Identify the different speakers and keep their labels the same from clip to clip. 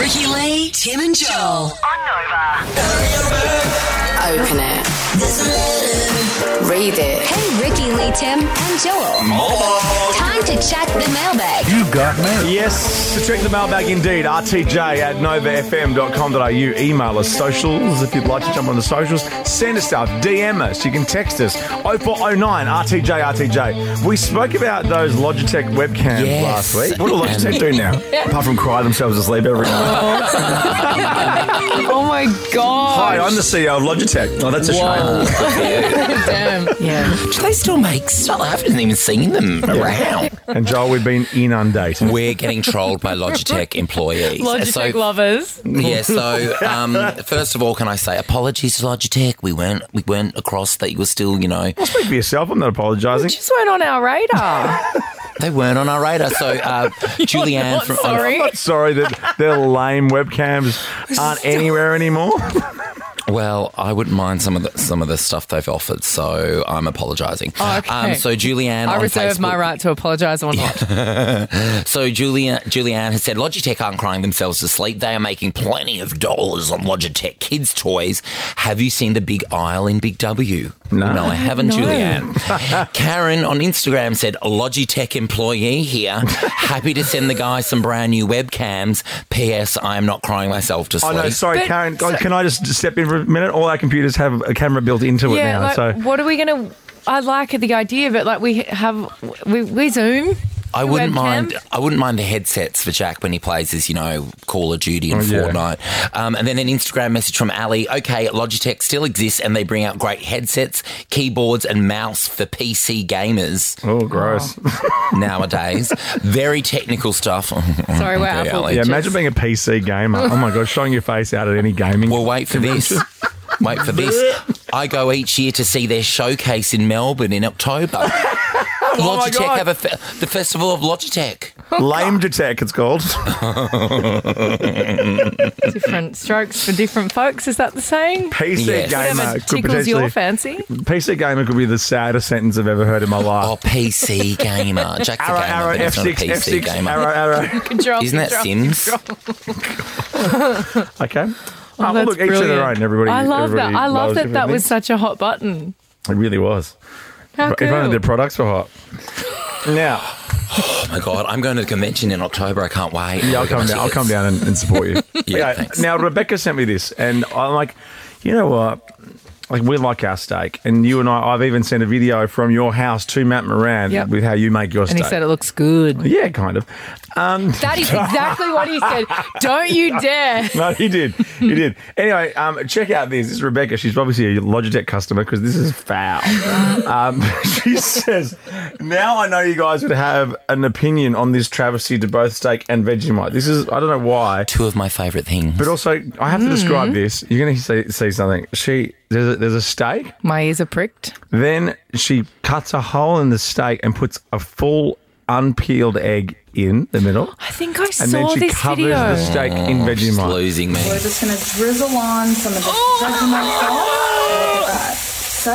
Speaker 1: Jackie, Tim, and Joel.
Speaker 2: On Nova.
Speaker 3: Open it. Read it.
Speaker 4: Hey, Ricky Lee, Tim, and Joel. Time to check the mailbag.
Speaker 5: You got mail.
Speaker 6: Yes, to check the mailbag indeed. RTJ at novafm.com.au. Email us socials if you'd like to jump on the socials. Send us stuff. DM us. You can text us. 0409 RTJ RTJ. We spoke about those Logitech webcams
Speaker 5: Yes.
Speaker 6: last week. What do Logitech do now? Apart from cry themselves to sleep every night.
Speaker 7: Oh my
Speaker 6: Hi,
Speaker 7: god!
Speaker 6: I'm the CEO of Logitech. Oh, that's a shame.
Speaker 7: Damn.
Speaker 5: Do they still make stuff? I haven't even seen them around.
Speaker 6: And Joel, we've been inundated.
Speaker 8: We're getting trolled by Logitech employees.
Speaker 7: Logitech
Speaker 8: so,
Speaker 7: lovers.
Speaker 8: Yeah. So, um, first of all, can I say apologies to Logitech? We weren't we weren't across that you were still, you know,
Speaker 6: Well, speak for yourself. I'm not apologising.
Speaker 7: Just weren't on our radar.
Speaker 8: they weren't on our radar. So, uh, Julianne
Speaker 7: not
Speaker 8: from
Speaker 7: sorry.
Speaker 6: Sorry that their lame webcams aren't anywhere anymore.
Speaker 8: Well, I wouldn't mind some of the some of the stuff they've offered, so I'm apologising.
Speaker 7: Oh, okay.
Speaker 8: Um, so Julianne,
Speaker 7: I
Speaker 8: on
Speaker 7: reserve my
Speaker 8: Facebook-
Speaker 7: right to apologise or not.
Speaker 8: So Julianne, Julianne has said Logitech aren't crying themselves to sleep. They are making plenty of dollars on Logitech kids' toys. Have you seen the big aisle in Big W? No, I haven't, Julianne. Karen on Instagram said Logitech employee here. Happy to send the guy some brand new webcams. P.S. I am not crying myself to
Speaker 6: Oh
Speaker 8: sleep.
Speaker 6: no, sorry,
Speaker 7: But-
Speaker 6: Karen. God, can I just step in for a minute? All our computers have a camera built into it
Speaker 7: Yeah,
Speaker 6: now,
Speaker 7: like,
Speaker 6: so
Speaker 7: what are we going to? I like the idea, but like we have, we, we Zoom.
Speaker 8: I
Speaker 7: the
Speaker 8: wouldn't
Speaker 7: webcam.
Speaker 8: mind. I wouldn't mind the headsets for Jack when he plays his, you know, Call of Duty and
Speaker 6: Oh, yeah.
Speaker 8: Fortnite. Um, and then an Instagram message from Ali. Okay, Logitech still exists, and they bring out great headsets, keyboards, and mouse for PC gamers
Speaker 6: oh, gross.
Speaker 8: nowadays. Very technical stuff.
Speaker 7: Sorry, we're Apple
Speaker 8: Ali.
Speaker 6: yeah,
Speaker 7: Just-
Speaker 6: imagine being a PC gamer. Oh my god, showing your face out at any gaming.
Speaker 8: Well, wait for this. Wait for this. I go each year to see their showcase in Melbourne in October.
Speaker 6: Oh my
Speaker 8: Logitech
Speaker 6: God.
Speaker 8: have a fe- the festival of Logitech.
Speaker 6: Lame Detect, it's called.
Speaker 7: Different strokes for different folks. Is that the saying?
Speaker 6: PC
Speaker 8: Yes.
Speaker 6: gamer
Speaker 7: Whatever
Speaker 6: uh, could
Speaker 7: tickles your
Speaker 6: potentially.
Speaker 7: fancy.
Speaker 6: PC gamer could be the saddest sentence I've ever heard in my
Speaker 8: Oh,
Speaker 6: life.
Speaker 8: PC gamer. Jack the
Speaker 6: arrow,
Speaker 8: gamer,
Speaker 6: arrow,
Speaker 8: but it's not a
Speaker 6: F6,
Speaker 8: PC
Speaker 6: F6,
Speaker 8: gamer.
Speaker 6: arrow, arrow.
Speaker 7: Control.
Speaker 8: Isn't that
Speaker 7: control.
Speaker 8: Sims?
Speaker 6: Okay. Oh, well,
Speaker 7: That's
Speaker 6: look, each to their
Speaker 7: brilliant.
Speaker 6: own. Everybody.
Speaker 7: I love that.
Speaker 6: everybody
Speaker 7: I love
Speaker 6: loves
Speaker 7: that. That
Speaker 6: different
Speaker 7: was such a hot button.
Speaker 6: things. It really was.
Speaker 7: How
Speaker 6: If only
Speaker 7: cool.
Speaker 6: their products were hot. Now,
Speaker 8: Oh my god, I'm going to the convention in October. I can't wait.
Speaker 6: Yeah, I'll
Speaker 8: Look at my
Speaker 6: come down. I'll
Speaker 8: tickets.
Speaker 6: come down and, and support you.
Speaker 8: Yeah,
Speaker 6: Okay,
Speaker 8: thanks.
Speaker 6: Now Rebecca sent me this, and I'm like, you know what? Like we like our steak, and you and I. I've even sent a video from your house to Matt Moran
Speaker 7: Yep.
Speaker 6: with how you make your
Speaker 7: And
Speaker 6: steak.
Speaker 7: he said it looks good.
Speaker 6: yeah, kind of.
Speaker 7: That is exactly what he said. Don't you dare.
Speaker 6: No, he did. He did. Anyway, um, check out this. This is Rebecca. She's obviously a Logitech customer because this is foul. um, she says, Now I know you guys would have an opinion on this travesty to both steak and Vegemite. This is, I don't know why.
Speaker 8: Two of my favourite things.
Speaker 6: But also, I
Speaker 7: Hmm.
Speaker 6: have to describe this. You're going to see, see something. She there's a, there's a steak.
Speaker 7: My ears are pricked.
Speaker 6: Then she cuts a hole in the steak and puts a full unpeeled egg in the middle,
Speaker 7: I think I
Speaker 6: and
Speaker 7: saw
Speaker 6: then she
Speaker 7: this
Speaker 6: covers
Speaker 7: video.
Speaker 6: the steak in
Speaker 8: It's
Speaker 6: Vegemite.
Speaker 8: losing me.
Speaker 9: We're just gonna drizzle on some of this Vegemite sauce. Look at that.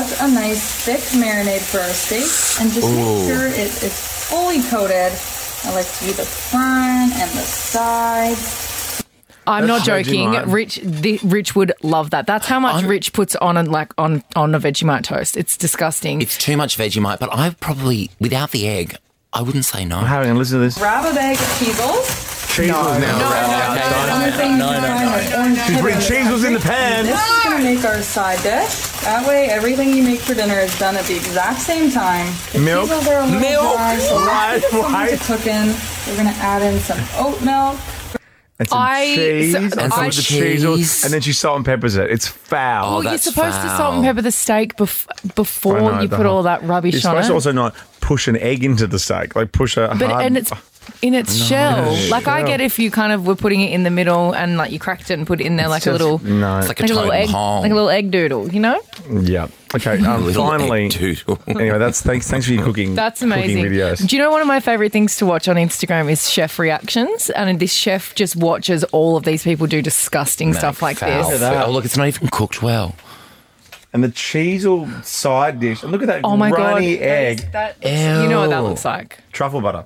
Speaker 9: Such a nice thick marinade for our steak, and just make sure it is fully coated. I like to do the front and the sides.
Speaker 7: I'm not
Speaker 6: That's
Speaker 7: joking.
Speaker 6: Vegemite.
Speaker 7: Rich, the, Rich would love that. That's how much Rich puts on and like on on a Vegemite toast. It's disgusting.
Speaker 8: It's too much Vegemite, but I probably without the egg, I wouldn't say no.
Speaker 6: I'm having a listen to this.
Speaker 9: Grab a bag of cheesels.
Speaker 6: Cheese was now around outside. She's putting cheese was in the pan.
Speaker 9: This is gonna make our side dish. That way, everything you make for dinner is done at the exact same time. The
Speaker 6: Milk?
Speaker 9: cheesels are a little
Speaker 6: Milk?
Speaker 9: dry, so
Speaker 6: Why?
Speaker 9: let's get
Speaker 6: Why?
Speaker 9: something to cook in. We're gonna add in some oat milk.
Speaker 6: And some
Speaker 7: I-
Speaker 6: cheese.
Speaker 7: so-
Speaker 6: and
Speaker 7: And some
Speaker 6: some cheese.
Speaker 8: cheese.
Speaker 6: And then she salt and peppers it. It's foul.
Speaker 7: well, you're
Speaker 8: that's
Speaker 7: supposed to salt
Speaker 8: foul.
Speaker 7: and pepper the steak bef- before
Speaker 6: oh, I know,
Speaker 7: Oh, you
Speaker 6: the
Speaker 7: put
Speaker 6: whole-
Speaker 7: all that rubbish
Speaker 6: You're
Speaker 7: on
Speaker 6: supposed
Speaker 7: it.
Speaker 6: to also not push an egg into the steak. Like push a
Speaker 7: but
Speaker 6: hard. Oh.
Speaker 7: and it's in its shell.
Speaker 6: it's
Speaker 7: Like I
Speaker 6: shell.
Speaker 7: get if you kind of were putting it in the middle and like you cracked it and put it in there like a
Speaker 6: just-
Speaker 7: little
Speaker 6: mm, no.
Speaker 8: It's like a
Speaker 7: like a little
Speaker 8: totem
Speaker 7: egg
Speaker 8: pole.
Speaker 7: like a little egg doodle. You know,
Speaker 6: yeah. Okay. Um,
Speaker 8: Little egg
Speaker 6: finally.
Speaker 8: doodle.
Speaker 6: anyway, that's thanks. Thanks for your cooking.
Speaker 7: that's
Speaker 6: cooking
Speaker 7: amazing.
Speaker 6: videos.
Speaker 7: Do you know one of my favorite things to watch on Instagram is chef reactions, and this chef just watches all of these people do disgusting stuff like
Speaker 8: Foul.
Speaker 7: this.
Speaker 6: that.
Speaker 8: Oh look, it's not even cooked well.
Speaker 6: and the cheese all side dish. And look at that
Speaker 7: Oh my god!
Speaker 6: runny egg.
Speaker 7: That, you know what that
Speaker 8: Ew.
Speaker 7: looks like.
Speaker 6: Truffle butter.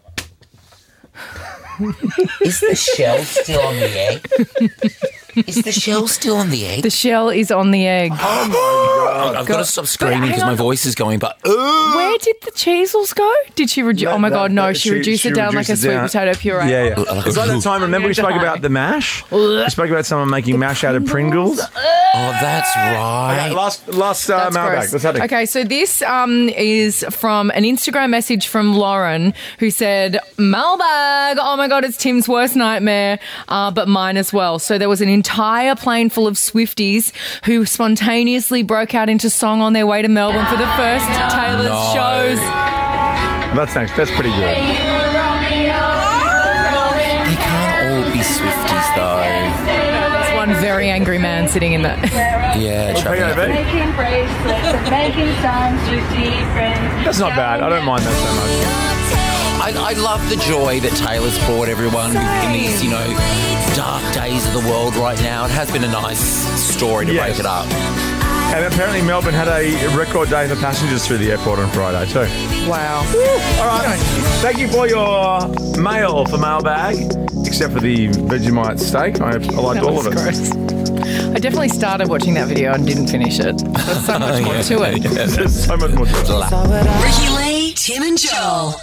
Speaker 8: Is the shell still on the egg? Is the shell still on the egg?
Speaker 7: The shell is on the egg.
Speaker 8: I've got to stop screaming because
Speaker 7: hang
Speaker 8: my
Speaker 7: on.
Speaker 8: voice is going. But Ooh. Oh,
Speaker 7: Where did the cheesels go? Did she reduce? Oh my god, no! She, reduced it down like a
Speaker 6: reduced it
Speaker 7: sweet
Speaker 6: down.
Speaker 7: potato puree.
Speaker 6: Yeah, yeah. It's like that time. Remember, we
Speaker 7: You're
Speaker 6: spoke
Speaker 7: dying.
Speaker 6: about the mash. We spoke about someone making mash out of Pringles.
Speaker 8: oh, that's right.
Speaker 6: Okay, last, last uh,
Speaker 7: That's
Speaker 6: mailbag.
Speaker 7: gross.
Speaker 6: Let's have it.
Speaker 7: Okay, so this um, is from an Instagram message from Lauren who said, Mailbag, oh my God, it's Tim's worst nightmare, uh, but mine as well. So there was an entire plane full of Swifties who spontaneously broke out into song on their way to Melbourne for the first Taylor's shows.
Speaker 6: That's nice. That's pretty good.
Speaker 8: they can't all be Swifties though.
Speaker 7: It's one very angry man sitting in the.
Speaker 8: Yeah, Trevor.
Speaker 6: POV.
Speaker 9: Making bracelets and making signs with deep friends.
Speaker 6: That's not bad. I don't mind that so much.
Speaker 8: I, I love the joy that Taylor's brought everyone in these, you know, dark days of the world right now. It has been a nice story to
Speaker 6: Yes.
Speaker 8: break it up.
Speaker 6: And apparently, Melbourne had a record day for passengers through the airport on Friday too.
Speaker 7: wow.
Speaker 6: All right. Thank you for your mail for mailbag, except for the Vegemite steak. I, I liked all of it.
Speaker 7: Gross. I definitely started watching that video and didn't finish it. There's so much more to it.
Speaker 6: There's so much more. to it.
Speaker 3: Ricky Lee, Tim and Joel.